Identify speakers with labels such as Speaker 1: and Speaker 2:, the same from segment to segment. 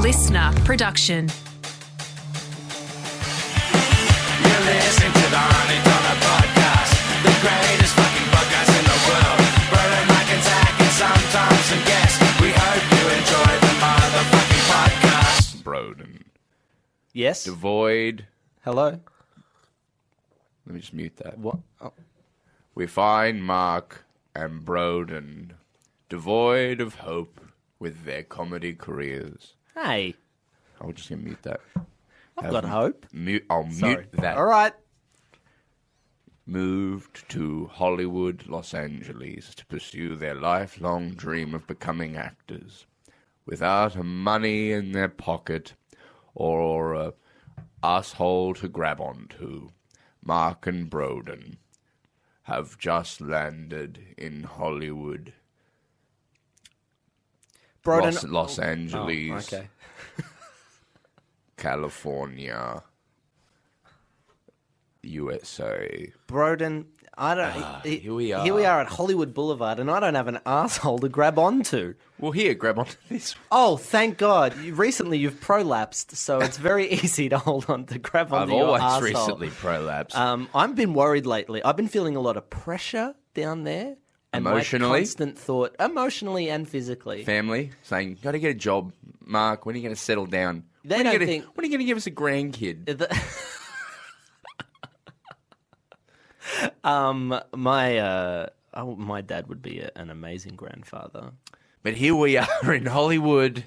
Speaker 1: listener production.
Speaker 2: You listen to the Honey Dollar Podcast, the greatest fucking podcast in the world. Brian McIntyre and Sam Thompson guest. We hope you enjoy the motherfucking podcast.
Speaker 3: Broden.
Speaker 4: Yes.
Speaker 3: Devoid.
Speaker 4: Hello.
Speaker 3: Let me just mute that.
Speaker 4: What? Oh,
Speaker 3: We find Mark and Broden devoid of hope with their comedy careers.
Speaker 4: Hey,
Speaker 3: I'm just gonna mute that.
Speaker 4: I've got hope.
Speaker 3: Mute. I'll
Speaker 4: Sorry.
Speaker 3: mute that.
Speaker 4: All right.
Speaker 3: Moved to Hollywood, Los Angeles, to pursue their lifelong dream of becoming actors, without a money in their pocket or a asshole to grab onto. Mark and Broden have just landed in Hollywood.
Speaker 4: Broden. Oh,
Speaker 3: Los, Los Angeles,
Speaker 4: okay.
Speaker 3: California, USA.
Speaker 4: Broden. I don't. he-
Speaker 3: Ah, here we
Speaker 4: Here we
Speaker 3: are.
Speaker 4: are at Hollywood Boulevard, and I don't have an asshole to grab onto.
Speaker 3: Well, here, grab onto this.
Speaker 4: Oh, thank God! You, recently, you've prolapsed, so it's very easy to hold on to grab
Speaker 3: I've
Speaker 4: onto your
Speaker 3: always
Speaker 4: asshole.
Speaker 3: recently prolapsed.
Speaker 4: Um, I've been worried lately. I've been feeling a lot of pressure down there. And
Speaker 3: Emotionally?
Speaker 4: my constant thought, emotionally and physically.
Speaker 3: Family saying, "Got to get a job, Mark. When are you going to settle down?
Speaker 4: They
Speaker 3: when, are you
Speaker 4: don't
Speaker 3: gonna,
Speaker 4: think-
Speaker 3: when are you going to give us a grandkid?"
Speaker 4: The- um, my uh, oh, my dad would be a, an amazing grandfather.
Speaker 3: But here we are in Hollywood,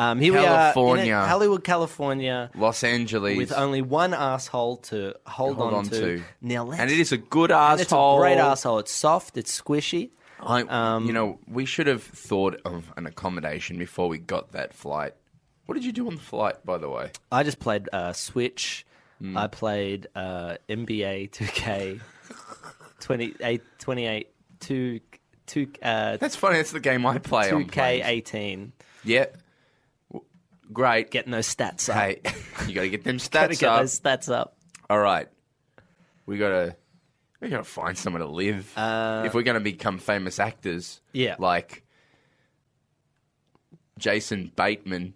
Speaker 4: Um, here we are in
Speaker 3: California.
Speaker 4: Hollywood, California,
Speaker 3: Los Angeles,
Speaker 4: with only one asshole to hold,
Speaker 3: Hold on to.
Speaker 4: Now let's,
Speaker 3: and it is a good
Speaker 4: and it's a
Speaker 3: asshole.
Speaker 4: great um, asshole. It's soft. It's squishy.
Speaker 3: I, you know, we should have thought of an accommodation before we got that flight. What did you do on the flight, by the way?
Speaker 4: I just played uh, Switch.
Speaker 3: Hmm.
Speaker 4: I played uh, NBA 2K 28, 28 2, 2, uh,
Speaker 3: That's funny. That's the game I play on. planes.
Speaker 4: 2K18.
Speaker 3: Yeah. W- Great.
Speaker 4: Getting those stats up.
Speaker 3: hey, you got to get them
Speaker 4: Gotta
Speaker 3: stats
Speaker 4: get
Speaker 3: up.
Speaker 4: those stats up.
Speaker 3: All right. We got to we got to find somewhere to live if we're going to become famous actors.
Speaker 4: Uh, Yeah.
Speaker 3: Like Jason Bateman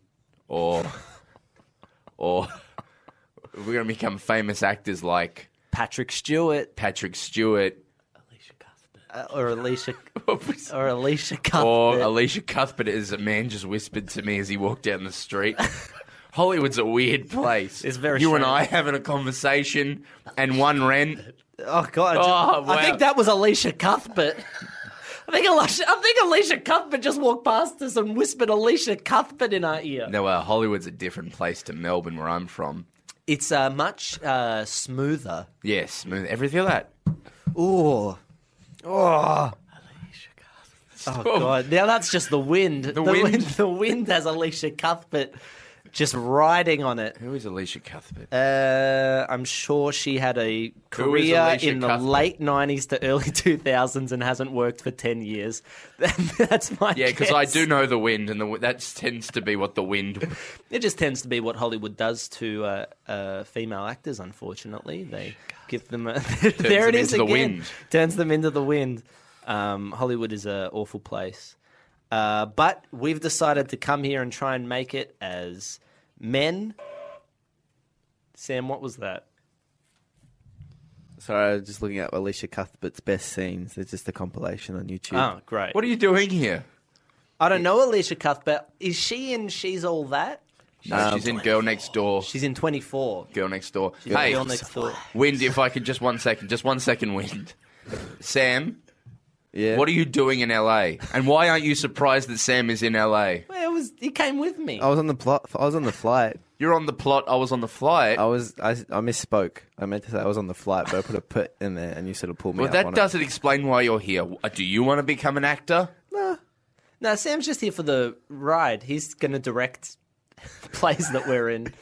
Speaker 3: or or if we're going to become famous actors like
Speaker 4: Patrick Stewart
Speaker 3: Patrick Stewart
Speaker 4: uh, or Alicia
Speaker 3: or
Speaker 4: or Alicia Cuthbert.
Speaker 3: Alicia Cuthbert as a man just whispered to me as he walked down the street. Hollywood's a weird place.
Speaker 4: It's very
Speaker 3: You and I
Speaker 4: strange.
Speaker 3: having a conversation and one rent.
Speaker 4: oh god!
Speaker 3: Oh, wow.
Speaker 4: I think that was Alicia Cuthbert. I think Alicia, I think Alicia Cuthbert just walked past us and whispered Alicia Cuthbert in our ear.
Speaker 3: No, uh, Hollywood's a different place to Melbourne, where I'm from.
Speaker 4: It's uh, much uh, smoother.
Speaker 3: Yes, smooth. Ever feel that?
Speaker 4: Ooh. Oh. Oh
Speaker 3: Oh.
Speaker 4: god! Now that's just the wind. The,
Speaker 3: wind.
Speaker 4: The wind has Alicia Cuthbert just riding on it.
Speaker 3: Who is Alicia Cuthbert?
Speaker 4: Uh, I'm sure she had a career
Speaker 3: Alicia
Speaker 4: in the
Speaker 3: Cuthbert?
Speaker 4: late 90s to early 2000s and hasn't worked for 10 years. That's my
Speaker 3: yeah, because I
Speaker 4: guess.
Speaker 3: do know the wind, and the, wi- that tends to be what the wind.
Speaker 4: It just tends to be what Hollywood does to uh, uh, female actors. Unfortunately, they give them a, there it
Speaker 3: them
Speaker 4: is
Speaker 3: into the
Speaker 4: again.
Speaker 3: wind.
Speaker 4: Turns them into the wind. Um, Hollywood is an awful place, uh, but we've decided to come here and try and make it as men. Sam, what was that?
Speaker 5: Sorry, I was just looking at Alicia Cuthbert's best scenes. There's just a compilation on YouTube.
Speaker 4: Oh, great!
Speaker 3: What are you doing here?
Speaker 4: I don't know Alicia Cuthbert. Is she in She's All That?
Speaker 3: No, she's in Girl Next Door.
Speaker 4: She's in 24.
Speaker 3: Girl Next Door.
Speaker 4: She's in
Speaker 3: hey,
Speaker 4: Girl Next Door.
Speaker 3: wind! If I could just one second, just one second, wind. Sam,
Speaker 5: yeah.
Speaker 3: what are you doing in LA? And why aren't you surprised that Sam is in LA?
Speaker 4: Well, it was, he came with me.
Speaker 3: Oh.
Speaker 5: I was on the plot. I was on the flight.
Speaker 3: You're on the plot. I was on the flight.
Speaker 5: I was. I, I misspoke. I meant to say I was on the flight, but I put a put in there, and you sort of pulled me.
Speaker 3: well,
Speaker 5: up
Speaker 3: that
Speaker 5: on
Speaker 3: doesn't explain why you're here. Uh, Do you want to become an actor?
Speaker 4: No, Sam's just here for the ride. He's going to direct plays that we're in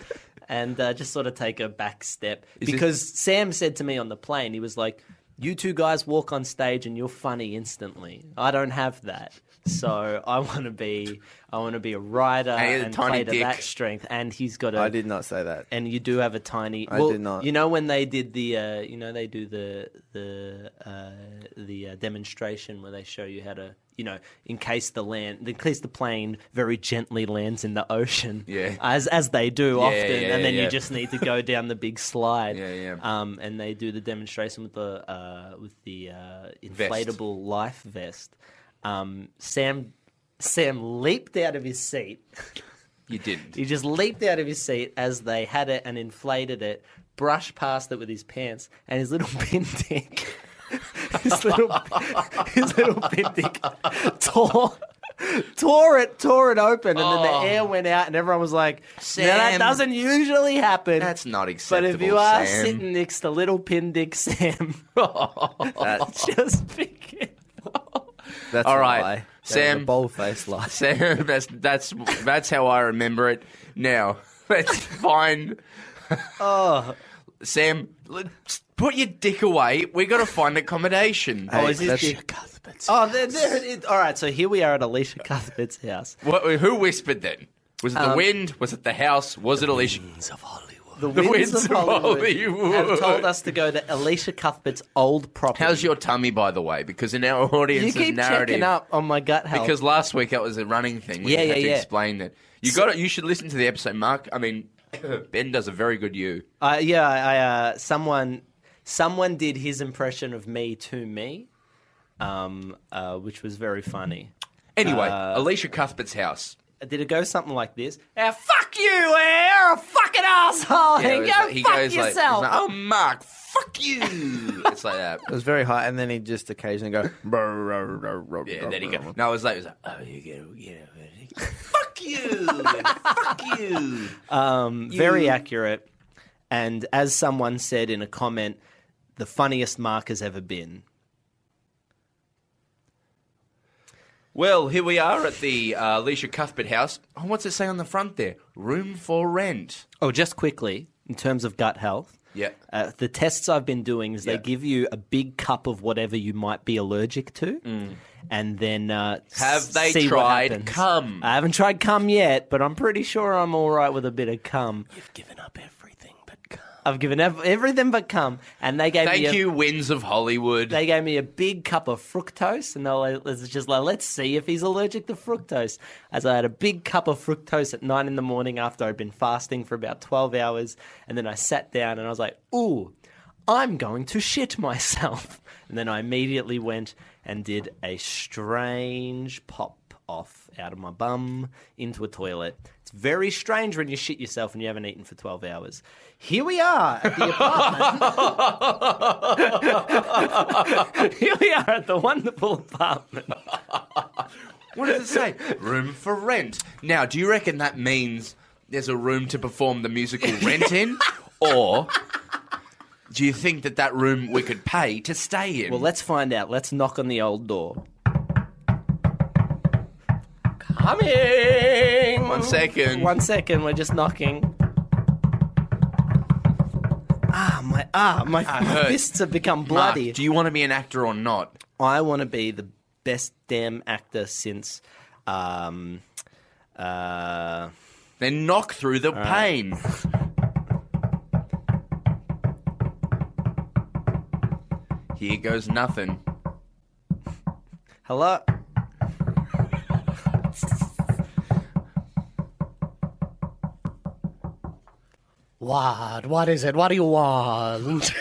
Speaker 4: and uh, just sort of take a back step. because Sam said to me on the plane, he was like, You two guys walk on stage and you're funny instantly. I don't have that. So I want to be, I want to be a rider
Speaker 3: And he has a
Speaker 4: and,
Speaker 3: tiny
Speaker 4: play to that
Speaker 3: dick.
Speaker 4: strength. And he's got
Speaker 5: It.
Speaker 4: a
Speaker 5: I did not say that.
Speaker 4: and you do have a tiny.
Speaker 5: I
Speaker 4: well,
Speaker 5: did not.
Speaker 4: You know when they did the, uh, you know they do the the uh, the uh, demonstration where they show you how to you know, in case the land, in case the plane very gently lands in the ocean,
Speaker 3: Yeah.
Speaker 4: as as they do often,
Speaker 3: yeah,
Speaker 4: and then
Speaker 3: yeah.
Speaker 4: you just need to go down the big slide,
Speaker 3: Yeah, yeah.
Speaker 4: Um, and they do the demonstration with the uh, with the uh, inflatable life vest. Um, Sam Sam leaped out of his seat.
Speaker 3: You didn't.
Speaker 4: He just leaped out of his seat as they had it and inflated it, brushed past it with his pants, and his little pin dick, his little, his little pin dick tore, tore it, tore it open, and then the air went out, and everyone was like, "Now that
Speaker 3: Sam,
Speaker 4: doesn't usually happen."
Speaker 3: That's not
Speaker 4: but
Speaker 3: acceptable.
Speaker 4: if you are
Speaker 3: Sam.
Speaker 4: sitting next to little pin dick Sam,
Speaker 5: Oh.
Speaker 4: just pick it.
Speaker 5: That's
Speaker 3: All
Speaker 5: a
Speaker 3: right,
Speaker 5: lie.
Speaker 3: Sam.
Speaker 5: bold faced lie.
Speaker 3: Sam, that's that's that's how I remember it. Now let's find.
Speaker 4: Oh.
Speaker 3: Sam, let's put your dick away. We got to find accommodation.
Speaker 5: Hey,
Speaker 4: Oh, is this
Speaker 5: that's-
Speaker 4: Dick Oh, there, there it is. all right. So here we are at Alicia Cuthbert's house.
Speaker 3: What, who whispered then? Was it
Speaker 4: Um,
Speaker 3: the wind? Was it the house? Was it Alicia?
Speaker 4: The
Speaker 3: The
Speaker 4: winds, of Hollywood, have
Speaker 3: Hollywood.
Speaker 4: told us to go to Alicia Cuthbert's old property.
Speaker 3: How's your tummy, by the way? Because in our
Speaker 4: You
Speaker 3: audience's
Speaker 4: keep
Speaker 3: narrative,
Speaker 4: checking up on my gut health.
Speaker 3: because last week that was a running thing. We
Speaker 4: Yeah,
Speaker 3: had
Speaker 4: yeah,
Speaker 3: to
Speaker 4: yeah.
Speaker 3: Explain that. You got it. You should listen to the episode, Mark. I mean, Ben does a very good you.
Speaker 4: uh, yeah, I, I, uh, someone someone did his impression of me to me, um, uh, which was very funny.
Speaker 3: Anyway,
Speaker 4: Uh,
Speaker 3: Alicia Cuthbert's house.
Speaker 4: Did it go something like this? "Ah, fuck you! ah, You're a fucking asshole.
Speaker 3: Yeah, it
Speaker 4: go
Speaker 3: was like-
Speaker 4: fuck
Speaker 3: goes like-
Speaker 4: yourself.
Speaker 3: he's like, oh, Mark, fuck you. it's like that.
Speaker 5: It was very high, and then he'd just occasionally go.
Speaker 3: Yeah, and then he
Speaker 5: Uh,
Speaker 3: goes. No, it was like, it was like oh, you get, you know, fuck you, fuck you.
Speaker 4: um, very accurate. And as someone said in a comment, the funniest Mark has ever been.
Speaker 3: Well, here we are at the uh, Alicia Cuthbert house. Oh, what's it say on the front there? Room for rent.
Speaker 4: Oh, just quickly, in terms of gut health,
Speaker 3: Yeah.
Speaker 4: uh, the tests I've been doing is they
Speaker 3: Yeah.
Speaker 4: give you a big cup of whatever you might be allergic to, and then uh,
Speaker 3: Mm. Have they
Speaker 4: see what
Speaker 3: tried
Speaker 4: happens.
Speaker 3: cum?
Speaker 4: I haven't tried cum yet, but I'm pretty sure I'm all right with a bit of cum.
Speaker 1: You've given up everything but come.
Speaker 4: I've given ev- everything but cum, and they gave me
Speaker 3: Thank
Speaker 4: a,
Speaker 3: you, Winds of Hollywood.
Speaker 4: They gave me a big cup of fructose, and they were it's just like, let's see if he's allergic to fructose. As I had a big cup of fructose at nine in the morning after I'd been fasting for about 12 hours, and then I sat down and I was like, ooh, I'm going to shit myself. And then I immediately went and did a strange pop off out of my bum into a toilet. It's very strange when you shit yourself and you haven't eaten for 12 hours. Here we are at the apartment. Here we are at the wonderful apartment.
Speaker 3: What does it say? room for rent. Now, do you reckon that means there's a room to perform the musical Rent in, or do you think that that room we could pay to stay in?
Speaker 4: Well, let's find out. Let's knock on the old door.
Speaker 1: Coming!
Speaker 3: one second.
Speaker 4: One second, we're just knocking. Ah, my ah, my, my
Speaker 3: hurt.
Speaker 4: fists have become
Speaker 3: Mark,
Speaker 4: bloody.
Speaker 3: do you want to be an actor or not?
Speaker 4: I want to be the best damn actor since. Um, uh,
Speaker 3: Then knock through the pain. Here goes nothing.
Speaker 4: hello.
Speaker 1: What? What is it? What do you want?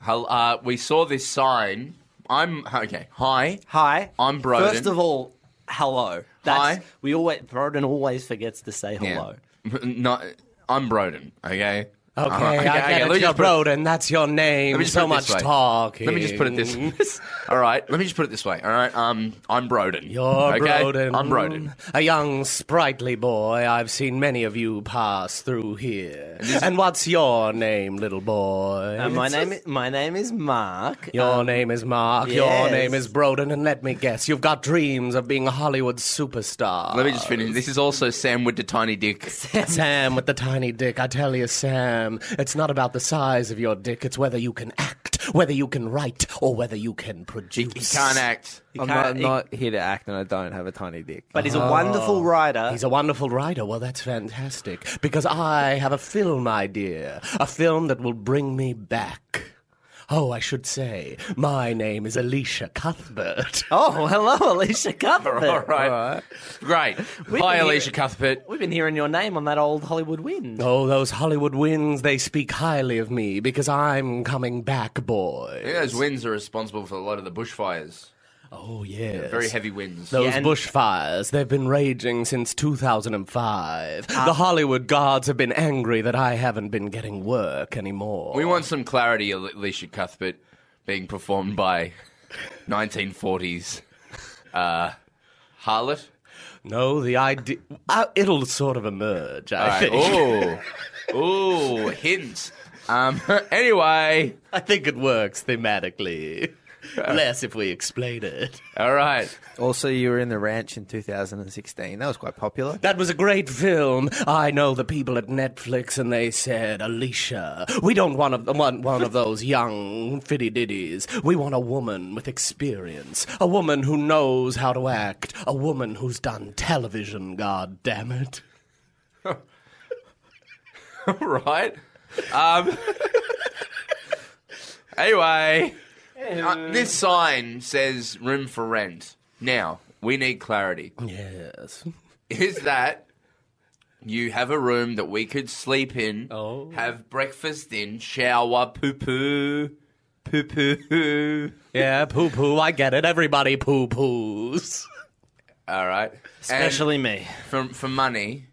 Speaker 3: Hel- Uh, we saw this sign. I'm okay. Hi.
Speaker 4: Hi.
Speaker 3: I'm Broden.
Speaker 4: First of all, hello. That's,
Speaker 3: Hi.
Speaker 4: We always Broden always forgets to say
Speaker 3: Yeah.
Speaker 4: hello.
Speaker 3: No, I'm Broden. Okay. Okay.
Speaker 1: Okay, I get it.
Speaker 3: me
Speaker 1: You're
Speaker 3: just put it-
Speaker 1: Broden. That's your name.
Speaker 3: let me just
Speaker 1: so
Speaker 3: put it this
Speaker 1: much
Speaker 3: way.
Speaker 1: talking.
Speaker 3: Let me just put it this. all right. Let me just put it this way. All right. Um, I'm Broden.
Speaker 1: You're
Speaker 3: okay?
Speaker 1: Broden.
Speaker 3: I'm Broden.
Speaker 1: A young, sprightly boy. I've seen many of you pass through here. And what's your name, little boy?
Speaker 4: Uh, my name my name is Mark.
Speaker 1: Your name is Mark. Your
Speaker 4: yes.
Speaker 1: name is Broden. And let me guess, you've got dreams of being a Hollywood superstar.
Speaker 3: Let me just finish. This is also Sam with the tiny dick.
Speaker 1: Sam with the tiny dick. I tell you, Sam, it's not about the size of your dick. It's whether you can act, whether you can write, or whether you can produce.
Speaker 3: He can't act.
Speaker 5: I'm
Speaker 4: can't-
Speaker 5: not, not here to act, and I don't have a tiny dick.
Speaker 4: But he's a wonderful writer.
Speaker 1: He's a wonderful writer. Well, that's fantastic. Because I have a film idea. A film that will bring me back. Oh, I should say, my name is Alicia Cuthbert.
Speaker 4: Oh, hello, Alicia Cuthbert.
Speaker 3: All right. Great. Hi,
Speaker 4: been
Speaker 3: Alicia Cuthbert.
Speaker 4: We've been hearing your name on that old Hollywood wind.
Speaker 1: Oh, those Hollywood winds, they speak highly of me because I'm coming back, boy.
Speaker 3: I think those winds are responsible for a lot of the bushfires.
Speaker 1: Oh, yes.
Speaker 3: Very heavy winds.
Speaker 1: Those
Speaker 4: and-
Speaker 1: bushfires, they've been raging since 2005. the Hollywood gods have been angry that I haven't been getting work anymore.
Speaker 3: We want some clarity, Al- Alicia Cuthbert, being performed by 1940s uh, harlot.
Speaker 1: No, the idea. Uh, it'll sort of emerge, I think.
Speaker 3: Oh, oh, hints. Um, anyway,
Speaker 1: I think it works thematically. Less if we explain it.
Speaker 3: all right.
Speaker 5: Also, you were in the ranch in 2016. That was quite popular.
Speaker 1: That was a great film. I know the people at Netflix, and they said, Alicia, we don't want of, want one of those young fiddy ditties. We want a woman with experience, a woman who knows how to act, a woman who's done television. God damn it!
Speaker 3: right? Um, anyway, uh, this sign says room for rent. Now, we need clarity.
Speaker 1: Yes.
Speaker 3: Is that you have a room that we could sleep in,
Speaker 1: Oh.
Speaker 3: have breakfast in, shower, poo poo, poo poo.
Speaker 1: Yeah, poo poo. I get it. Everybody poo poos.
Speaker 3: All right. And
Speaker 4: Especially me.
Speaker 3: for, for money.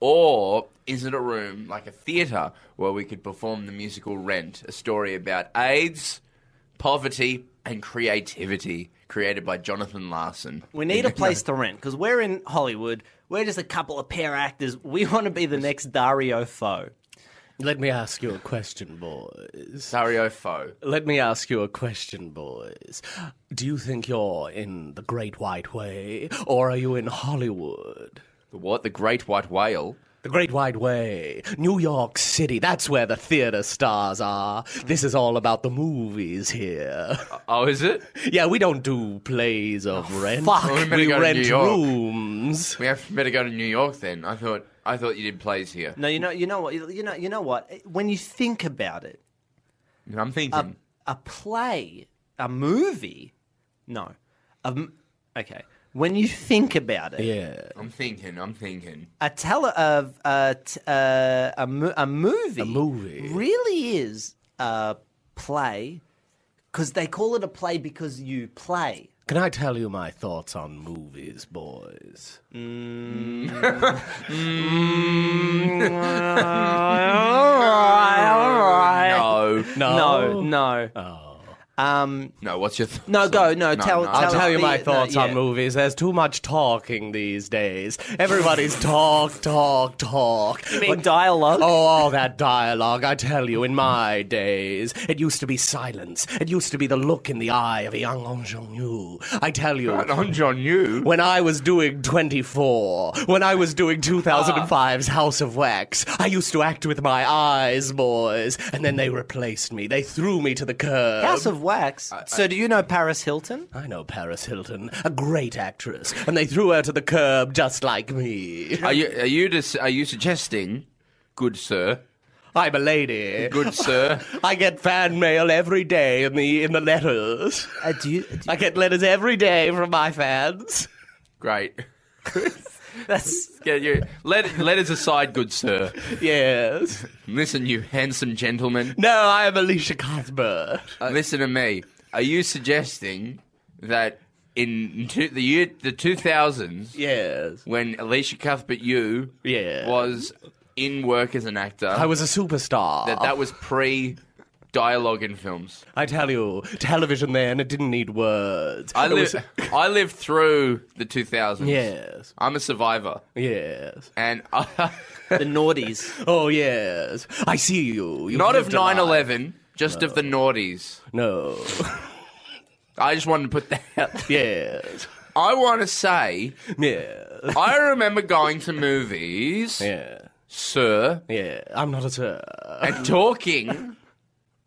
Speaker 3: Or is it a room like a theatre where we could perform the musical Rent, a story about AIDS, poverty, and creativity, created by Jonathan Larson?
Speaker 4: We need a place to rent because we're in Hollywood. We're just a couple of pair actors. We want to be the next Dario Fo.
Speaker 1: Let me ask you a question, boys.
Speaker 3: Dario Fo.
Speaker 1: Let me ask you a question, boys. Do you think you're in the Great White Way, or are you in Hollywood?
Speaker 3: The what? The Great White Whale.
Speaker 1: The Great White Way, New York City, that's where the theater stars are. This is all about the movies here.
Speaker 3: Oh, is it?
Speaker 1: Yeah, we don't do plays of
Speaker 3: Oh,
Speaker 1: rent.
Speaker 4: fuck.
Speaker 3: Well, we better
Speaker 1: we
Speaker 3: go to
Speaker 1: rent
Speaker 3: New York.
Speaker 1: rooms.
Speaker 3: We have better go to New York then. I thought I thought you did plays here.
Speaker 4: No, you know, you know what, you know, you know what. When you think about it,
Speaker 3: And I'm thinking.
Speaker 4: a play, a movie, no, a m okay. When you think about it,
Speaker 1: Yeah.
Speaker 3: I'm thinking. I'm thinking.
Speaker 4: a tele a a, t- a, a, mo- a movie a
Speaker 1: movie.
Speaker 4: really is a play because they call it a play because you play.
Speaker 1: Can I tell you my thoughts on movies, boys?
Speaker 3: No,
Speaker 4: No, no.
Speaker 1: Oh.
Speaker 4: Um,
Speaker 3: no. What's your th-
Speaker 4: No, go, no, tell-
Speaker 3: no.
Speaker 1: I'll
Speaker 4: tell-
Speaker 1: tell you
Speaker 4: the-
Speaker 1: my
Speaker 4: no,
Speaker 1: thoughts on
Speaker 4: yeah.
Speaker 1: movies. There's too much talking these days. Everybody's talk, talk, talk.
Speaker 4: I mean, dialogue.
Speaker 1: Oh, all that dialogue, I tell you, in my days, it used to be silence. It used to be the look in the eye of a young ingenue. I tell you,
Speaker 3: But on John you.
Speaker 1: when I was doing 24, when I was doing
Speaker 4: Ah.
Speaker 1: 2005's House of Wax, I used to act with my eyes, boys, and then they replaced me. They threw me to the curb.
Speaker 4: House of Wax. so, do you know Paris Hilton?
Speaker 1: I know Paris Hilton, a great actress, and they threw her to the curb just like me.
Speaker 3: Are you are you dis- are you suggesting, good sir,
Speaker 1: I'm a lady.
Speaker 3: good sir?
Speaker 1: I get fan mail every day in the in the letters.
Speaker 4: Uh, do you? do you-
Speaker 1: I get letters every day from my fans.
Speaker 3: Great.
Speaker 4: that's
Speaker 3: Get you let letters aside, good sir.
Speaker 1: Yes.
Speaker 3: Listen, you handsome gentleman.
Speaker 1: No, I am Alicia Cuthbert.
Speaker 4: Uh,
Speaker 3: Listen to me. Are you suggesting that in two, the year the two thousands,
Speaker 1: Yes.
Speaker 3: when Alicia Cuthbert you
Speaker 1: Yeah.
Speaker 3: was in work as an actor,
Speaker 1: I was a superstar.
Speaker 3: that that was pre dialogue in films.
Speaker 1: I tell you, television then it didn't need words.
Speaker 3: I
Speaker 1: It
Speaker 3: live
Speaker 1: was-
Speaker 3: I lived through the two thousands.
Speaker 1: Yes.
Speaker 3: I'm a survivor,
Speaker 1: Yes.
Speaker 3: and I.
Speaker 4: the naughties.
Speaker 1: Oh yes. I see you. You've
Speaker 3: Not of
Speaker 1: lived a life.
Speaker 3: 9 11, just of the naughties.
Speaker 1: No.
Speaker 3: I just wanted to put that out.
Speaker 1: yes.
Speaker 3: I want to say,
Speaker 1: Yeah.
Speaker 3: I remember going to movies,
Speaker 1: Yeah.
Speaker 3: sir,
Speaker 1: Yeah. I'm not a sir.
Speaker 3: and talking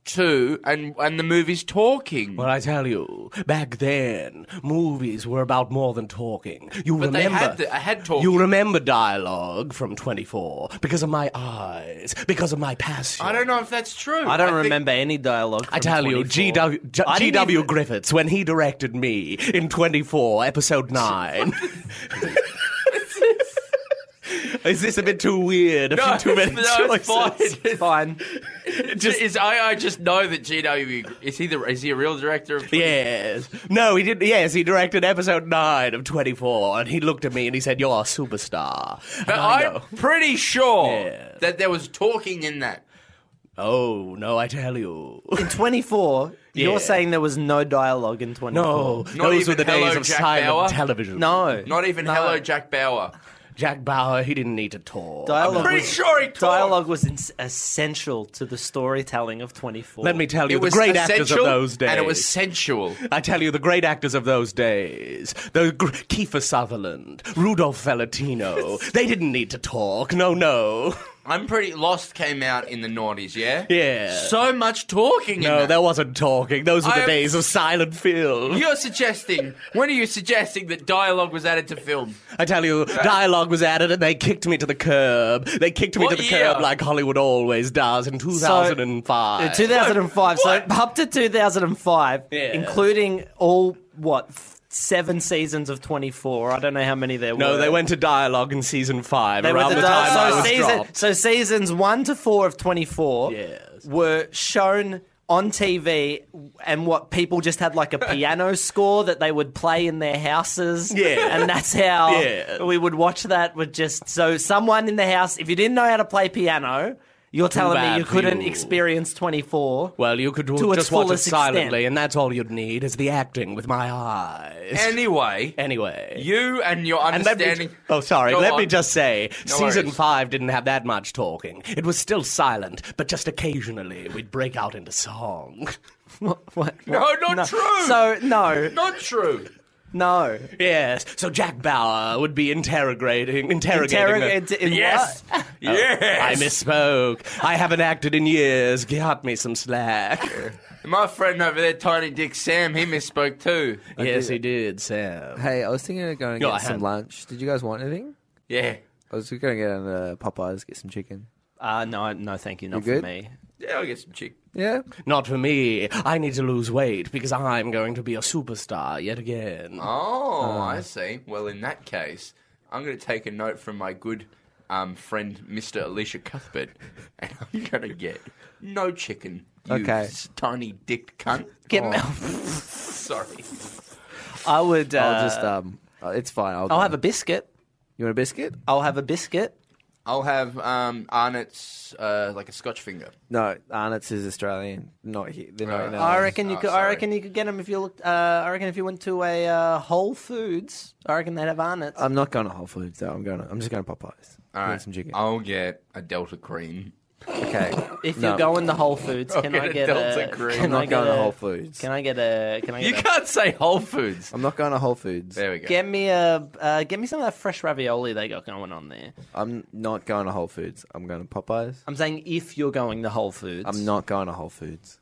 Speaker 3: two, and and the movie's talking.
Speaker 1: Well, I tell you, back then, movies were about more than talking. You
Speaker 3: But they
Speaker 1: remember,
Speaker 3: had the- I had talking.
Speaker 1: You remember dialogue from Twenty Four because of my eyes, because of my passion.
Speaker 3: I don't know if that's true.
Speaker 4: I don't
Speaker 3: think-
Speaker 4: remember any dialogue.
Speaker 1: I tell you, G.W. G-
Speaker 4: I didn't
Speaker 1: G.W.
Speaker 4: even-
Speaker 1: Griffiths, when he directed me in 24, episode 9. Is this a bit too weird? A
Speaker 3: No,
Speaker 1: few too many
Speaker 3: no, it's fine.
Speaker 1: choices.
Speaker 4: Fine.
Speaker 3: Just, is, I, I just know that G.W. is he the is he a real director of
Speaker 1: Yes. No, he did. Yes, he directed episode nine of Twenty Four, and he looked at me and he said, "You're a superstar." And
Speaker 3: But
Speaker 1: I
Speaker 3: I'm
Speaker 1: go,
Speaker 3: pretty sure
Speaker 1: Yeah.
Speaker 3: that there was talking in that.
Speaker 1: Oh no, I tell you.
Speaker 4: In 24,
Speaker 1: Yeah.
Speaker 4: you're saying there was no dialogue in 24.
Speaker 1: No, those were
Speaker 3: even
Speaker 1: the days
Speaker 3: Hello,
Speaker 1: of
Speaker 3: Jack
Speaker 1: silent
Speaker 3: Bauer?
Speaker 1: television.
Speaker 4: No.
Speaker 3: Not even
Speaker 4: No.
Speaker 3: Hello Jack Bauer.
Speaker 1: Jack Bauer, he didn't need to talk.
Speaker 4: Dialogue
Speaker 3: Pretty
Speaker 4: was,
Speaker 3: sure he talked.
Speaker 4: dialogue was ins- essential to the storytelling of 24.
Speaker 1: Let me tell you,
Speaker 3: It
Speaker 1: the
Speaker 3: was
Speaker 1: great actors of
Speaker 3: essential,
Speaker 1: those days.
Speaker 3: and it was sensual.
Speaker 1: I tell you, the great actors of those days, the gr- Kiefer Sutherland, Rudolph Valentino, they didn't need to talk. No, no.
Speaker 3: I'm pretty Lost came out in the noughties, yeah?
Speaker 1: Yeah.
Speaker 3: So much talking
Speaker 1: no,
Speaker 3: in that.
Speaker 1: there wasn't talking. Those were the
Speaker 3: I-
Speaker 1: days of silent film.
Speaker 3: You're suggesting when are you suggesting that dialogue was added to film?
Speaker 1: I tell you, dialogue was added and they kicked me to the curb. They kicked me
Speaker 3: What
Speaker 1: to the
Speaker 3: year?
Speaker 1: curb like Hollywood always does in
Speaker 4: Uh,
Speaker 1: 2005.
Speaker 4: 2005. So
Speaker 3: What?
Speaker 4: up to 2005,
Speaker 1: Yeah.
Speaker 4: including all what f- seven seasons of 24. I don't know how many there were.
Speaker 1: no, they went to dialogue in season five
Speaker 4: They
Speaker 1: around
Speaker 4: went to
Speaker 1: the time
Speaker 4: di-
Speaker 1: I
Speaker 4: so
Speaker 1: was
Speaker 4: season,
Speaker 1: dropped.
Speaker 4: so seasons one to four of 24
Speaker 1: Yes.
Speaker 4: were shown on TV, and what people just had like a piano score that they would play in their houses.
Speaker 1: Yeah.
Speaker 4: and that's how
Speaker 1: Yeah.
Speaker 4: we would watch that. With just so someone in the house, if you didn't know how to play piano. You're telling me
Speaker 1: bad
Speaker 4: you
Speaker 1: for
Speaker 4: couldn't
Speaker 1: you.
Speaker 4: experience 24.
Speaker 1: Well, you could
Speaker 4: To its
Speaker 1: just watch it
Speaker 4: fullest
Speaker 1: silently,
Speaker 4: extent.
Speaker 1: and that's all you'd need is the acting with my eyes.
Speaker 3: Anyway,
Speaker 1: anyway.
Speaker 3: you and your
Speaker 1: and let me,
Speaker 3: understanding.
Speaker 1: oh, sorry.
Speaker 3: Go
Speaker 1: Let me
Speaker 3: on.
Speaker 1: just say,
Speaker 3: No
Speaker 1: season
Speaker 3: worries.
Speaker 1: five didn't have that much talking. It was still silent, but just occasionally we'd break out into song.
Speaker 4: What?
Speaker 3: No, not true.
Speaker 4: So, no,
Speaker 3: not true.
Speaker 4: no.
Speaker 1: Yes. So Jack Bauer would be interrogating, interrogating.
Speaker 4: Interrogate
Speaker 1: the- Oh,
Speaker 4: in
Speaker 3: Yes.
Speaker 1: I
Speaker 3: yes.
Speaker 1: misspoke. I haven't acted in years. Got me some slack.
Speaker 3: My friend over there, Tiny Dick Sam, he misspoke too.
Speaker 1: yes, he did, Sam.
Speaker 5: Hey, I was thinking of going to
Speaker 1: No,
Speaker 5: get
Speaker 1: I
Speaker 5: some
Speaker 1: had-
Speaker 5: lunch. Did you guys want anything?
Speaker 3: Yeah.
Speaker 5: I was going to get on uh, Popeyes, get some chicken.
Speaker 4: what? Uh, no, no, thank you. Not
Speaker 5: You
Speaker 4: for
Speaker 5: good?
Speaker 4: me.
Speaker 3: Yeah, I'll get some chick.
Speaker 5: Yeah.
Speaker 1: Not for me. I need to lose weight because I'm going to be a superstar yet again.
Speaker 4: Uh,
Speaker 3: Oh, I see. Well, in that case, I'm going to take a note from my good um, friend, Mr. Alicia Cuthbert, and I'm going to get no chicken. You
Speaker 5: Okay.
Speaker 3: s- tiny dick cunt. Oh.
Speaker 4: Get me-
Speaker 3: Sorry.
Speaker 4: I would. Uh,
Speaker 5: I'll just, um, uh, it's fine. I'll,
Speaker 4: I'll
Speaker 5: go.
Speaker 4: have a biscuit.
Speaker 5: You want a biscuit?
Speaker 4: I'll have a biscuit.
Speaker 3: I'll have um, Arnott's, uh, like a scotch finger.
Speaker 5: No, Arnott's is Australian. Not here. They're not in
Speaker 3: Uh,
Speaker 5: LA.
Speaker 4: I reckon you
Speaker 3: Oh,
Speaker 4: could. I
Speaker 3: sorry.
Speaker 4: reckon you could get them if you looked. Uh, I reckon if you went to a uh, Whole Foods, I reckon they'd have Arnott's.
Speaker 5: I'm not going to Whole Foods though. I'm going. To, I'm just going to Popeyes.
Speaker 3: All
Speaker 5: Get
Speaker 3: right.
Speaker 5: some chicken.
Speaker 3: I'll get a Delta cream.
Speaker 5: Okay.
Speaker 4: if
Speaker 5: no.
Speaker 4: you're going to Whole Foods,
Speaker 3: I'll
Speaker 4: can
Speaker 3: get
Speaker 4: I
Speaker 3: a
Speaker 4: get
Speaker 3: Delta
Speaker 4: a?
Speaker 3: Green.
Speaker 4: Can
Speaker 5: I'm
Speaker 4: I get
Speaker 5: not going
Speaker 4: a,
Speaker 5: to Whole Foods.
Speaker 4: Can I get a? Can I
Speaker 3: You
Speaker 4: get?
Speaker 3: can't say Whole Foods.
Speaker 5: I'm not going to Whole Foods.
Speaker 3: There we go.
Speaker 4: a get me a. Uh, get me some of that fresh ravioli they got going on there.
Speaker 5: I'm not going to Whole Foods. I'm going to Popeyes.
Speaker 4: I'm saying if you're going to Whole Foods,
Speaker 5: I'm not going to Whole Foods.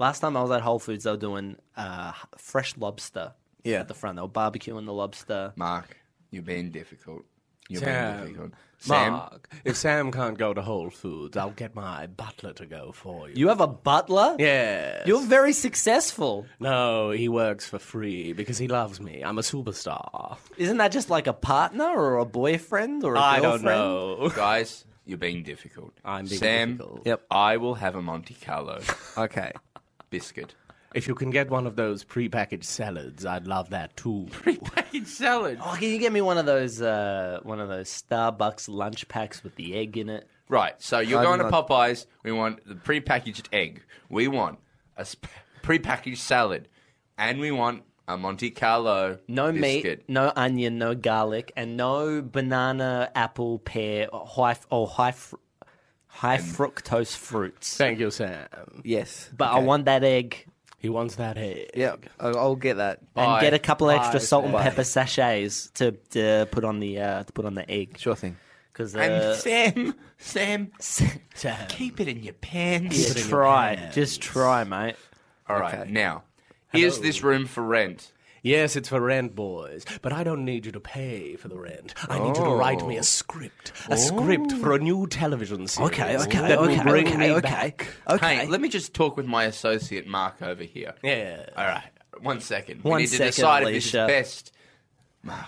Speaker 4: Last time I was at Whole Foods, they were doing uh, fresh lobster.
Speaker 5: Yeah.
Speaker 4: At the front, they were barbecuing the lobster.
Speaker 3: Mark, you're being difficult. You're
Speaker 1: Sam.
Speaker 3: being difficult. Sam,
Speaker 1: Mark, if Sam can't go to Whole Foods, I'll get my butler to go for you.
Speaker 4: You have a butler.
Speaker 1: Yes.
Speaker 4: You're very successful.
Speaker 1: No, he works for free because he loves me. I'm a superstar.
Speaker 4: Isn't that just like a partner or a boyfriend or a
Speaker 1: I don't
Speaker 4: girlfriend?
Speaker 1: know.
Speaker 3: guys, you're being difficult.
Speaker 1: I'm being
Speaker 3: Sam,
Speaker 1: difficult.
Speaker 5: Yep.
Speaker 3: I will have a Monte Carlo
Speaker 5: Okay.
Speaker 3: biscuit.
Speaker 1: If you can get one of those prepackaged salads, I'd love that too.
Speaker 3: Fucking salad.
Speaker 4: Oh, can you get me one of those uh, one of those Starbucks lunch packs with the egg in it?
Speaker 3: Right, so you're
Speaker 5: I'm
Speaker 3: going to
Speaker 5: not-
Speaker 3: Popeyes. We want the prepackaged egg. We want a sp- prepackaged salad. And we want a Monte Carlo
Speaker 4: No
Speaker 3: biscuit.
Speaker 4: meat, no onion, no garlic, and no banana, apple, pear, or high or high fr- high fructose fruits.
Speaker 1: Thank you, Sam.
Speaker 5: Yes.
Speaker 4: But I want that egg
Speaker 1: He wants that egg.
Speaker 5: Yep. I'll I'll get that.
Speaker 4: and
Speaker 3: Bye.
Speaker 4: get a couple extra
Speaker 1: Bye.
Speaker 4: salt and
Speaker 5: Bye.
Speaker 4: pepper sachets to, to put on the uh, to put on the egg.
Speaker 5: Sure thing.
Speaker 4: because
Speaker 3: and
Speaker 4: uh,
Speaker 3: Sam, Sam,
Speaker 4: Sam.
Speaker 3: keep it in your pants.
Speaker 4: Yeah, try, just try, mate.
Speaker 3: All right, now, is this room for rent?
Speaker 1: Yes, it's for rent, boys, but I don't need you to pay for the rent. I need
Speaker 4: Oh.
Speaker 1: you to write me a script. A script for a new television series.
Speaker 4: Okay, okay,
Speaker 1: that
Speaker 4: okay,
Speaker 1: will bring
Speaker 4: okay,
Speaker 1: me
Speaker 4: okay,
Speaker 1: back.
Speaker 4: okay.
Speaker 3: Hey, let me just talk with my associate Mark over here.
Speaker 1: Yeah.
Speaker 3: All right, one second.
Speaker 4: One
Speaker 3: we need
Speaker 4: second,
Speaker 3: to decide if this is
Speaker 4: Alicia.
Speaker 3: best.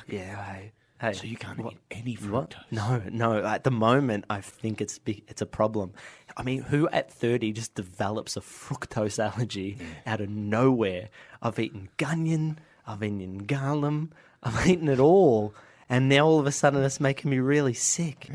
Speaker 4: yeah, hey, hey.
Speaker 3: So you can't eat any fructose.
Speaker 4: What? No, no. At the moment, I think it's big, it's a problem. I mean, who at thirty just develops a fructose allergy out of nowhere? I've eaten gunyon, I've eaten garlum, I've eaten it all, and now all of a sudden it's making me really sick.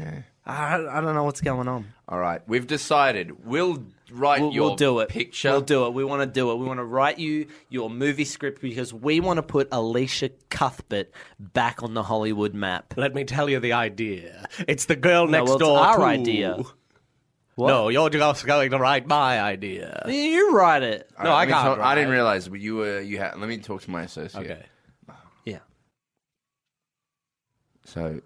Speaker 4: I, I don't know what's going on.
Speaker 3: All right, we've decided. We'll write
Speaker 4: We'll,
Speaker 3: your
Speaker 4: we'll do it.
Speaker 3: picture.
Speaker 4: We'll do it. We want to do it. We want to write you your movie script because we want to put Alicia Cuthbert back on the Hollywood map.
Speaker 1: Let me tell you the idea. It's the girl next
Speaker 4: well, it's
Speaker 1: door.
Speaker 4: our
Speaker 1: too.
Speaker 4: idea.
Speaker 1: No, you're just going to write my idea.
Speaker 4: You write it.
Speaker 3: All
Speaker 1: No, I
Speaker 3: let me
Speaker 1: can't
Speaker 3: talk- I didn't
Speaker 1: write.
Speaker 3: realize, but you were. You had. Let me talk to my associate.
Speaker 1: Okay.
Speaker 4: Yeah.
Speaker 3: So,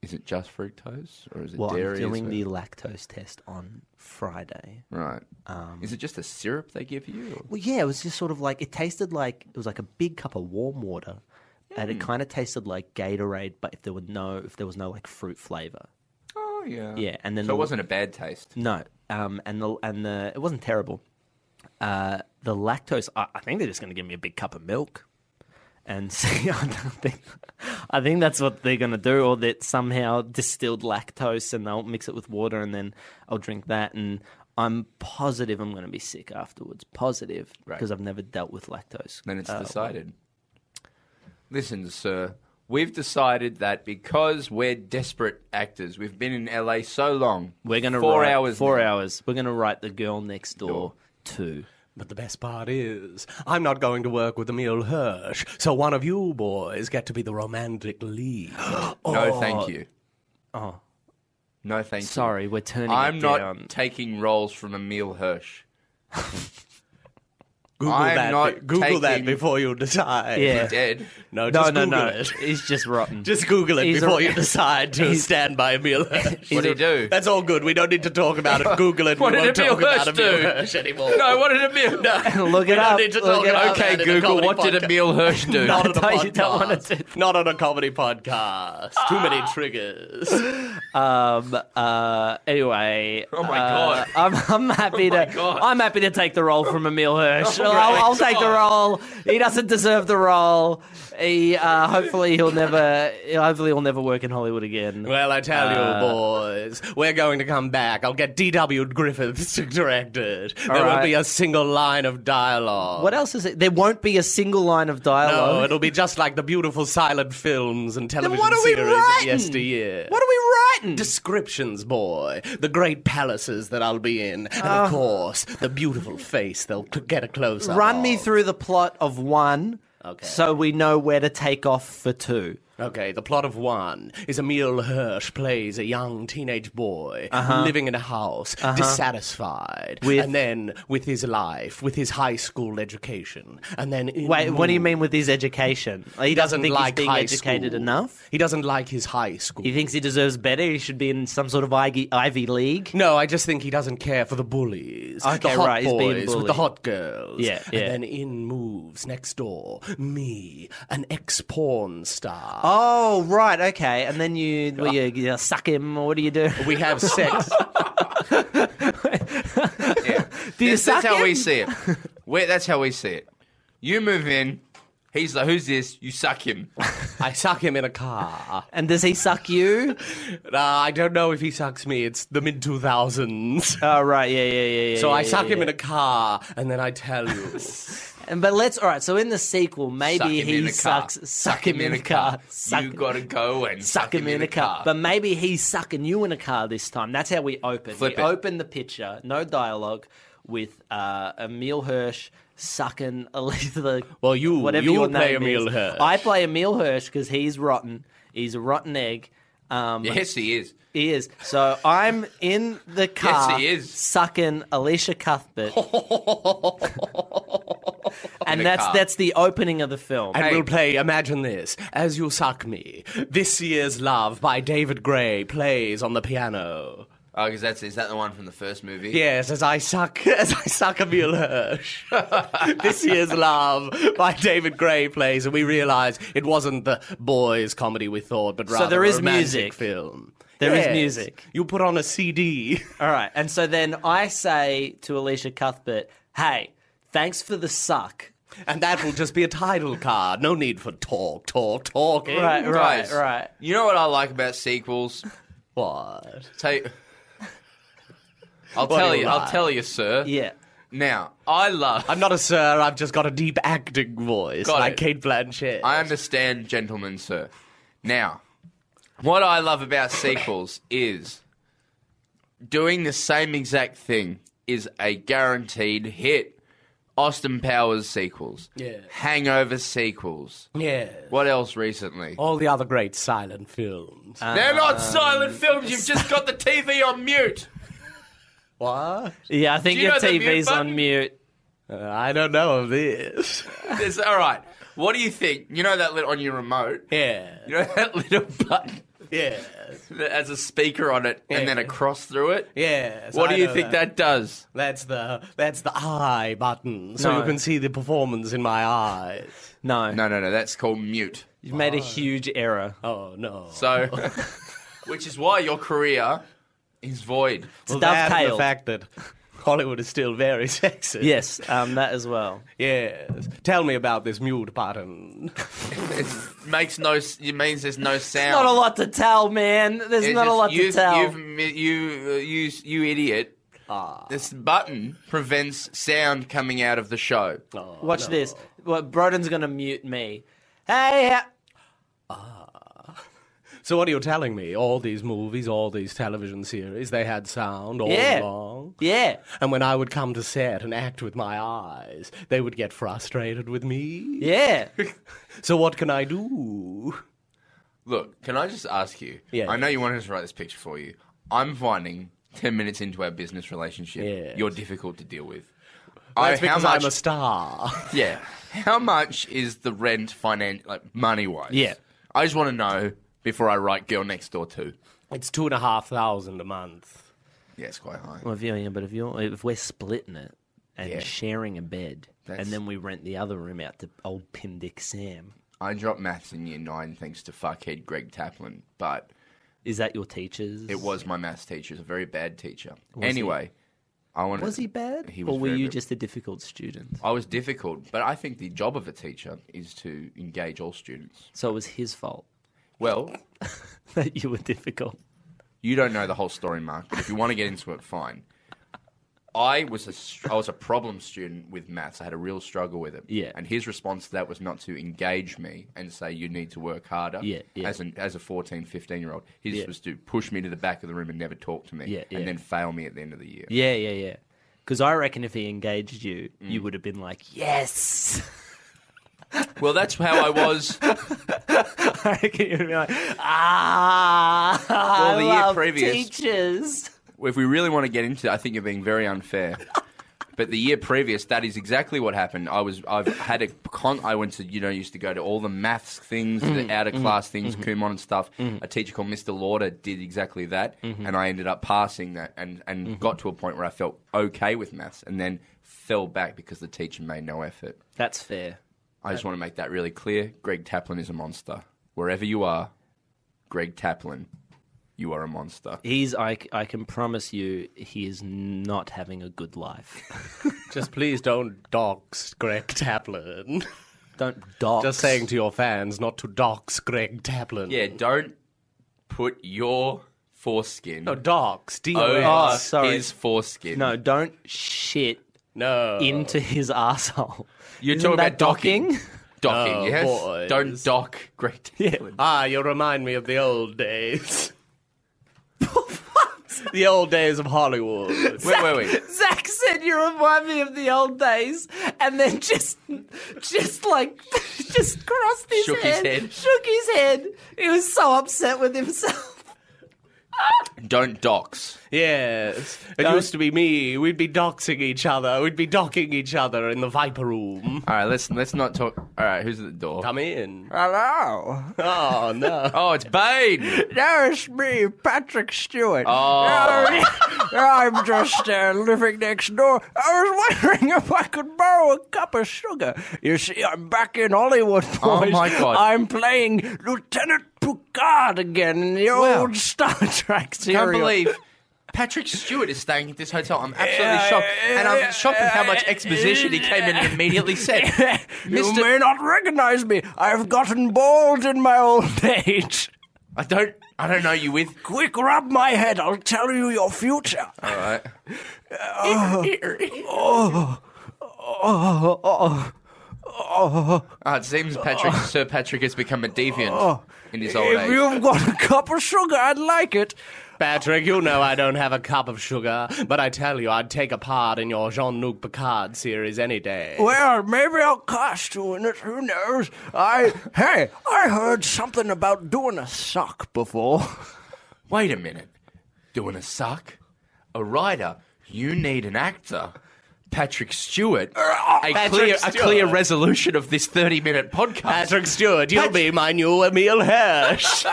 Speaker 3: is it just fructose or is it
Speaker 4: Well,
Speaker 3: dairy?
Speaker 4: I'm
Speaker 3: as
Speaker 4: doing
Speaker 3: well?
Speaker 4: the lactose test on Friday.
Speaker 3: right.
Speaker 4: um,
Speaker 3: is it just a syrup they give you? or-
Speaker 4: Well, yeah, it was just sort of like it tasted like it was like a big cup of warm water, and it
Speaker 3: Hmm.
Speaker 4: kind of tasted like Gatorade, but if there were no if there was no like fruit flavor.
Speaker 3: Oh yeah.
Speaker 4: Yeah, and then
Speaker 3: so
Speaker 4: the-
Speaker 3: it wasn't a bad taste.
Speaker 4: No, um, and the and the it wasn't terrible. Uh, the lactose, I, I think they're just going to give me a big cup of milk, and see, I don't think, I think that's what they're going to do, or that somehow distilled lactose, and they'll mix it with water, and then I'll drink that, and I'm positive I'm going to be sick afterwards, positive,
Speaker 3: Right.
Speaker 4: because I've never dealt with lactose.
Speaker 3: Then it's
Speaker 4: Uh,
Speaker 3: decided. Listen, sir, we've decided that because we're desperate actors, we've been in LA so long.
Speaker 4: We're going to
Speaker 3: four
Speaker 4: write,
Speaker 3: hours.
Speaker 4: Four
Speaker 3: now.
Speaker 4: hours. We're going to write the girl next door too.
Speaker 1: But the best part is, I'm not going to work with Emil Hirsch, so one of you boys get to be the romantic lead.
Speaker 3: No, thank you.
Speaker 4: Oh.
Speaker 3: No, thank you.
Speaker 4: Sorry, we're turning. it
Speaker 3: I'm not
Speaker 4: down.
Speaker 3: taking roles from Emil Hirsch.
Speaker 1: Google
Speaker 3: I'm
Speaker 1: that.
Speaker 3: not
Speaker 1: be- Google that
Speaker 3: taking-
Speaker 1: before you decide.
Speaker 4: Yeah.
Speaker 3: He's dead.
Speaker 1: No,
Speaker 4: No,
Speaker 1: just
Speaker 4: no,
Speaker 1: Google
Speaker 4: no.
Speaker 1: it.
Speaker 4: He's just rotten.
Speaker 1: Just Google it
Speaker 4: He's
Speaker 1: before
Speaker 4: a-
Speaker 1: you decide to stand by Emil Hirsch.
Speaker 3: What did he do?
Speaker 1: That's all good. We don't need to talk about it. Google it.
Speaker 3: What
Speaker 1: we
Speaker 3: did
Speaker 1: won't
Speaker 3: Emil
Speaker 1: talk about
Speaker 3: Hirsch
Speaker 1: Emil
Speaker 3: do?
Speaker 1: Hirsch anymore.
Speaker 3: No, what did Emil?
Speaker 1: No.
Speaker 4: Look
Speaker 1: we
Speaker 4: it
Speaker 1: don't
Speaker 4: up.
Speaker 1: need to
Speaker 4: Look
Speaker 1: talk
Speaker 4: it
Speaker 1: about
Speaker 4: up.
Speaker 1: that
Speaker 3: Okay,
Speaker 1: in a
Speaker 3: Google,
Speaker 1: comedy
Speaker 3: what did
Speaker 1: podcast.
Speaker 3: Emil Hirsch do?
Speaker 1: Not on a
Speaker 4: No,
Speaker 1: podcast.
Speaker 4: you don't wanna do-
Speaker 1: Not on a comedy podcast. Too many triggers.
Speaker 4: Um. Uh. Anyway.
Speaker 3: Oh my
Speaker 4: uh,
Speaker 3: God.
Speaker 4: I'm, I'm happy
Speaker 3: Oh my
Speaker 4: to.
Speaker 3: God.
Speaker 4: I'm happy to take the role from Emil Hirsch.
Speaker 3: Oh my
Speaker 4: I'll, I'll take the
Speaker 3: God.
Speaker 4: role. He doesn't deserve the role. He. Uh, hopefully he'll never. Hopefully he'll never work in Hollywood again.
Speaker 1: Well, I tell
Speaker 4: Uh,
Speaker 1: you, boys, we're going to come back. I'll get D.W. Griffiths to direct it. There
Speaker 4: right.
Speaker 1: won't be a single line of dialogue.
Speaker 4: what else is it? There won't be a single line of dialogue.
Speaker 1: No, it'll be just like the beautiful silent films and television
Speaker 4: what are we
Speaker 1: series
Speaker 4: writing?
Speaker 1: of yesteryear.
Speaker 4: what are we writing?
Speaker 1: Descriptions, boy. The great palaces that I'll be in. And
Speaker 4: Uh.
Speaker 1: of course, the beautiful face they'll c- get a close up.
Speaker 4: Run
Speaker 3: Oh.
Speaker 4: me through the plot of one,
Speaker 1: Okay.
Speaker 4: so we know where to take off for two.
Speaker 1: Okay, the plot of one is Emil Hirsch plays a young teenage boy living in a house, dissatisfied,
Speaker 4: Uh-huh. With-
Speaker 1: and then with his life, with his high school education, and then in
Speaker 4: Wait, what do you
Speaker 1: move-
Speaker 4: mean with his education? He
Speaker 1: He
Speaker 4: doesn't
Speaker 1: doesn't
Speaker 4: think
Speaker 1: like
Speaker 4: he's being
Speaker 1: high
Speaker 4: educated
Speaker 1: school.
Speaker 4: enough.
Speaker 1: He doesn't like his high school.
Speaker 4: He thinks he deserves better. He should be in some sort of Ivy, Ivy League.
Speaker 1: No, I just think he doesn't care for the bullies.
Speaker 4: Okay,
Speaker 1: the hot
Speaker 4: right, he's
Speaker 1: boys
Speaker 4: being
Speaker 1: with
Speaker 4: bullied.
Speaker 1: the hot girls.
Speaker 4: Yeah, yeah.
Speaker 1: And then in moves next door me, an ex-porn star.
Speaker 4: Oh, right, okay. And then you, well, you, you suck him, or what do you do?
Speaker 1: We have sex.
Speaker 3: Yeah.
Speaker 4: you
Speaker 3: This-
Speaker 4: suck
Speaker 3: that's how we
Speaker 4: him?
Speaker 3: see it. we that's how we see it. You move in. He's like, who's this? You suck him.
Speaker 1: I suck him in a car.
Speaker 4: And does he suck you?
Speaker 1: Uh, I don't know if he sucks me. It's the mid 2000s.
Speaker 4: Oh, right, yeah, yeah, yeah. yeah
Speaker 1: So I
Speaker 4: yeah,
Speaker 1: suck
Speaker 4: yeah,
Speaker 1: him in a car, and then I tell you.
Speaker 4: yeah. And, but let's, all right, so in the sequel,
Speaker 3: Suck
Speaker 4: maybe
Speaker 3: him in
Speaker 4: he
Speaker 3: a car.
Speaker 4: sucks, suck him in a car. Suck
Speaker 3: You gotta go and
Speaker 4: Suck him in a car. But maybe he's sucking you in a car this time. That's how we open.
Speaker 3: Flip
Speaker 4: we
Speaker 3: it.
Speaker 4: open the picture, no dialogue, with uh, Emil Hirsch sucking Aletha.
Speaker 1: Well, you-
Speaker 4: whatever
Speaker 1: you
Speaker 4: your
Speaker 1: play
Speaker 4: name
Speaker 1: Emil
Speaker 4: is.
Speaker 1: Hirsch.
Speaker 4: I play Emil Hirsch because he's rotten. He's a rotten egg. Um,
Speaker 3: Yes, he is.
Speaker 4: He is. So I'm in the car
Speaker 3: he is.
Speaker 4: sucking Alicia Cuthbert. and
Speaker 3: the
Speaker 4: that's
Speaker 3: car.
Speaker 4: that's the opening of the film.
Speaker 1: And
Speaker 3: Hey.
Speaker 1: we'll play Imagine This As You Suck Me. This Year's Love by David Gray plays on the piano.
Speaker 3: Oh, because that's is that the one from the first movie?
Speaker 1: Yes, as I suck, as I suck Emil Hirsch. this year's Love by David Gray plays, and we realise it wasn't the boys' comedy we thought, but rather
Speaker 4: there
Speaker 1: a
Speaker 4: is
Speaker 1: romantic
Speaker 4: music.
Speaker 1: film.
Speaker 4: There is
Speaker 1: Yes,
Speaker 4: music.
Speaker 1: You put on a CD.
Speaker 4: All right. And so then I say to Alicia Cuthbert, "Hey, thanks for the suck."
Speaker 1: And that will just be a title card. No need for talk, talk, talking.
Speaker 4: Right, right,
Speaker 3: Guys,
Speaker 4: right.
Speaker 3: You know what I like about sequels?
Speaker 1: What?
Speaker 3: Take. I'll
Speaker 1: What do
Speaker 3: tell
Speaker 1: you
Speaker 3: you. I'll
Speaker 1: like?
Speaker 3: tell you, sir.
Speaker 4: Yeah.
Speaker 3: Now, I love.
Speaker 1: I'm not a sir. I've just got a deep acting voice,
Speaker 3: Got
Speaker 1: like
Speaker 3: it.
Speaker 1: Kate Blanchett.
Speaker 3: I understand, gentlemen, sir. Now, what I love about sequels is doing the same exact thing is a guaranteed hit. Austin Powers sequels,
Speaker 1: Yeah.
Speaker 3: Hangover sequels.
Speaker 1: yeah.
Speaker 3: What else recently?
Speaker 1: All the other great silent films.
Speaker 3: Oh, They're not
Speaker 1: Um,
Speaker 3: silent films. You've just got the TV on mute.
Speaker 1: what?
Speaker 4: Yeah, I think
Speaker 3: Do you
Speaker 4: your
Speaker 3: know the mute
Speaker 4: TV's on
Speaker 3: button?
Speaker 4: mute.
Speaker 1: Uh, I don't know of this.
Speaker 3: There's, all right. What do you think? You know that lit on your remote.
Speaker 1: yeah.
Speaker 3: You know that little button
Speaker 1: Yeah.
Speaker 3: that has a speaker on it and then a
Speaker 1: Yeah.
Speaker 3: cross through it.
Speaker 1: Yes.
Speaker 3: What
Speaker 1: I
Speaker 3: do you
Speaker 1: know
Speaker 3: think that does?
Speaker 1: That's the that's the eye button, so
Speaker 4: No.
Speaker 1: you can see the performance in my eyes.
Speaker 4: No.
Speaker 3: No, no, no. That's called mute.
Speaker 4: You've made a huge error.
Speaker 1: Oh no!
Speaker 3: So, which is why your career is void.
Speaker 4: It's
Speaker 1: that and the
Speaker 4: dovetailed.
Speaker 1: fact that Hollywood is still very sexist.
Speaker 4: Yes, um, that as well.
Speaker 1: Yes. Tell me about this mute button.
Speaker 3: It makes no. s- It means there's no sound.
Speaker 4: Not a lot to tell, man. There's
Speaker 3: It's
Speaker 4: not a
Speaker 3: just
Speaker 4: lot to
Speaker 3: you've-
Speaker 4: tell.
Speaker 3: You've, mi- you, uh, you, you idiot.
Speaker 4: Ah.
Speaker 3: This button prevents sound coming out of the show.
Speaker 4: Watch this. Well, Broden's gonna mute me. Hey, ha-
Speaker 1: So what are you telling me? All these movies, all these television series, they had sound all
Speaker 4: Yeah.
Speaker 1: along.
Speaker 4: yeah.
Speaker 1: And when I would come to set and act with my eyes, they would get frustrated with me.
Speaker 4: Yeah.
Speaker 1: So what can I do?
Speaker 3: Look, can I just ask you?
Speaker 1: Yeah.
Speaker 3: I know you wanted us to write this picture for you. I'm finding ten minutes into our business relationship,
Speaker 1: Yes.
Speaker 3: you're difficult to deal with.
Speaker 1: That's
Speaker 3: I- how
Speaker 1: because
Speaker 3: much?
Speaker 1: I'm a star.
Speaker 3: yeah. How much is the rent finance like money wise?
Speaker 4: Yeah.
Speaker 3: I just want to know before I write "Girl Next Door" too.
Speaker 1: It's two and a half thousand a month.
Speaker 3: Yeah, it's quite high.
Speaker 4: Well, if you yeah, but if you if we're splitting it and
Speaker 3: Yeah.
Speaker 4: sharing a bed,
Speaker 3: That's-
Speaker 4: and then we rent the other room out to old Pim Dick Sam,
Speaker 3: I dropped maths in year nine thanks to fuckhead Greg Taplin, but
Speaker 4: is that your teacher's?
Speaker 3: it was my maths teacher. He was a very bad teacher. anyway, I want.
Speaker 4: Was he bad?
Speaker 3: He was
Speaker 4: or were
Speaker 3: very
Speaker 4: you
Speaker 3: bad.
Speaker 4: just a difficult student?
Speaker 3: I was difficult, but I think the job of a teacher is to engage all students.
Speaker 4: So it was his fault
Speaker 3: Well,
Speaker 4: that you were difficult.
Speaker 3: You don't know the whole story, Mark, but if you want to get into it, fine. I was a, str- I was a problem student with maths. I had a real struggle with it.
Speaker 4: Yeah.
Speaker 3: And his response to that was not to engage me and say, you need to work harder
Speaker 4: Yeah, yeah.
Speaker 3: As, an, as a 14, 15 year old. His
Speaker 4: Yeah.
Speaker 3: was to push me to the back of the room and never talk to me
Speaker 4: Yeah, yeah.
Speaker 3: and then fail me at the end of the year.
Speaker 4: Yeah, yeah, yeah. Because I reckon if he engaged you, you would have been like, yes.
Speaker 3: Well, that's how I was.
Speaker 4: I reckon you'd be like, ah. I
Speaker 3: the year
Speaker 4: love
Speaker 3: previous-
Speaker 4: teachers.
Speaker 3: if we really want to get into it, I think you're being very unfair. But the year previous, that is exactly what happened. I was, I've had a con. I went to, you know, used to go to all the maths things, the out of class things, Kumon and stuff. A teacher called Mr. Lauder did exactly that, and I ended up passing that, and and got to a point where I felt okay with maths, and then fell back because the teacher made no effort.
Speaker 4: That's fair.
Speaker 3: I just want to make that really clear. Greg Taplin is a monster. Wherever you are, Greg Taplin, you are a monster.
Speaker 4: He's, I, c- I can promise you, he is not having a good life.
Speaker 1: Just please don't dox Greg Taplin.
Speaker 4: Don't dox.
Speaker 1: Just saying to your fans not to dox Greg Taplin.
Speaker 3: Yeah, don't put your foreskin
Speaker 1: No, dox.
Speaker 3: over
Speaker 4: Oh,
Speaker 1: D-O-S.
Speaker 4: sorry.
Speaker 3: his foreskin.
Speaker 4: No, don't shit
Speaker 1: no.
Speaker 4: into his asshole.
Speaker 3: You're
Speaker 4: Isn't
Speaker 3: talking
Speaker 4: that
Speaker 3: about docking.
Speaker 4: docking?
Speaker 3: Docking,
Speaker 1: Oh,
Speaker 3: yes.
Speaker 1: boys.
Speaker 3: Don't dock Great Taplin.
Speaker 1: Ah, you remind me of the old days. The old days of Hollywood.
Speaker 3: Wait, wait, wait.
Speaker 4: Zach said you remind me of the old days, and then just, just like, just crossed his
Speaker 3: Shook his
Speaker 4: head,
Speaker 3: head.
Speaker 4: shook his head. He was so upset with himself.
Speaker 3: Don't dox.
Speaker 1: Yes. It used to be me. We'd be doxing each other. We'd be docking each other in the Viper Room.
Speaker 3: All right, let's let's not talk. All right, who's at the door?
Speaker 1: Come in.
Speaker 4: Hello.
Speaker 1: Oh, no.
Speaker 3: Oh, it's Bane.
Speaker 4: No, it's me, Patrick Stewart.
Speaker 3: Oh.
Speaker 4: No, I'm just uh, living next door. I was wondering if I could borrow a cup of sugar. You see, I'm back in Hollywood, boys.
Speaker 3: Oh, my God.
Speaker 4: I'm playing Lieutenant Picard again in the
Speaker 3: Wow.
Speaker 4: old Star Trek
Speaker 3: I
Speaker 4: serial.
Speaker 3: can't believe Patrick Stewart is staying at this hotel. I'm absolutely
Speaker 4: Yeah,
Speaker 3: shocked, and
Speaker 4: yeah,
Speaker 3: I'm shocked at how much
Speaker 4: yeah,
Speaker 3: exposition he came in and immediately said.
Speaker 4: You
Speaker 3: Mr.
Speaker 4: may not recognize me. I've gotten bald in my old age.
Speaker 3: I don't, I don't know you with.
Speaker 4: Quick, rub my head. I'll tell you your future.
Speaker 3: All right, Ah,
Speaker 4: Oh, oh,
Speaker 3: Ah, it seems Patrick, Sir Patrick, has become a deviant in his old
Speaker 4: if
Speaker 3: age.
Speaker 4: you've got a cup of sugar, I'd like it.
Speaker 1: Patrick, you know I don't have a cup of sugar, but I tell you, I'd take a part in your Jean Luc Picard series any day.
Speaker 4: Well, maybe I'll cost you in it. Who knows? I hey, I heard something about doing a sock before.
Speaker 3: Wait a minute, doing a suck, a writer. You need an actor. Patrick Stewart, a
Speaker 1: Patrick
Speaker 3: clear, a
Speaker 1: Stewart.
Speaker 3: clear resolution of this thirty-minute podcast.
Speaker 1: Patrick Stewart, you'll be my new Emil Hirsch.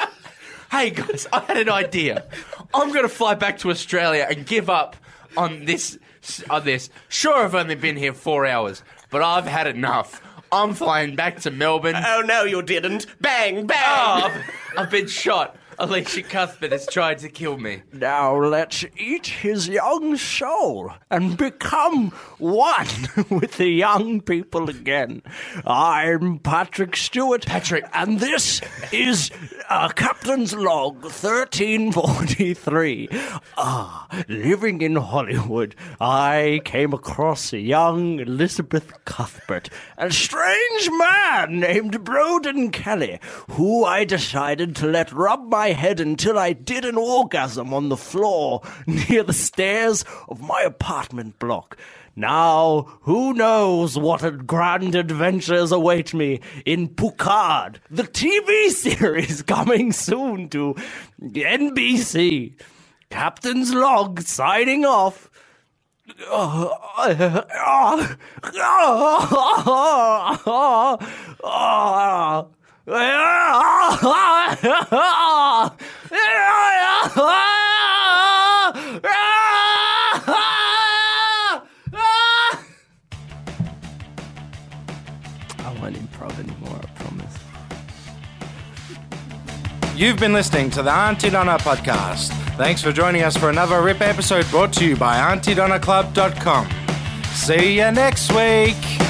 Speaker 3: hey guys, I had an idea. I'm going to fly back to Australia and give up on this. On this, sure, I've only been here four hours, but I've had enough. I'm flying back to Melbourne.
Speaker 1: oh, no, you didn't. Bang, bang.
Speaker 3: Oh, I've, I've been shot. Alicia Cuthbert has tried to kill me.
Speaker 4: Now let's eat his young soul and become one with the young people again. I'm Patrick Stewart.
Speaker 3: Patrick.
Speaker 4: And this is uh, Captain's Log 1343. Ah, living in Hollywood, I came across a young Elizabeth Cuthbert, a strange man named Broden Kelly, who I decided to let rub my head until I did an orgasm on the floor near the stairs of my apartment block. Now, who knows what a grand adventures await me in Picard, the TV series coming soon to NBC. Captain's log signing off. I won't improv anymore, I promise.
Speaker 6: You've been listening to the Auntie Donna podcast. Thanks for joining us for another RIP episode brought to you by AuntieDonnaClub.com. See you next week.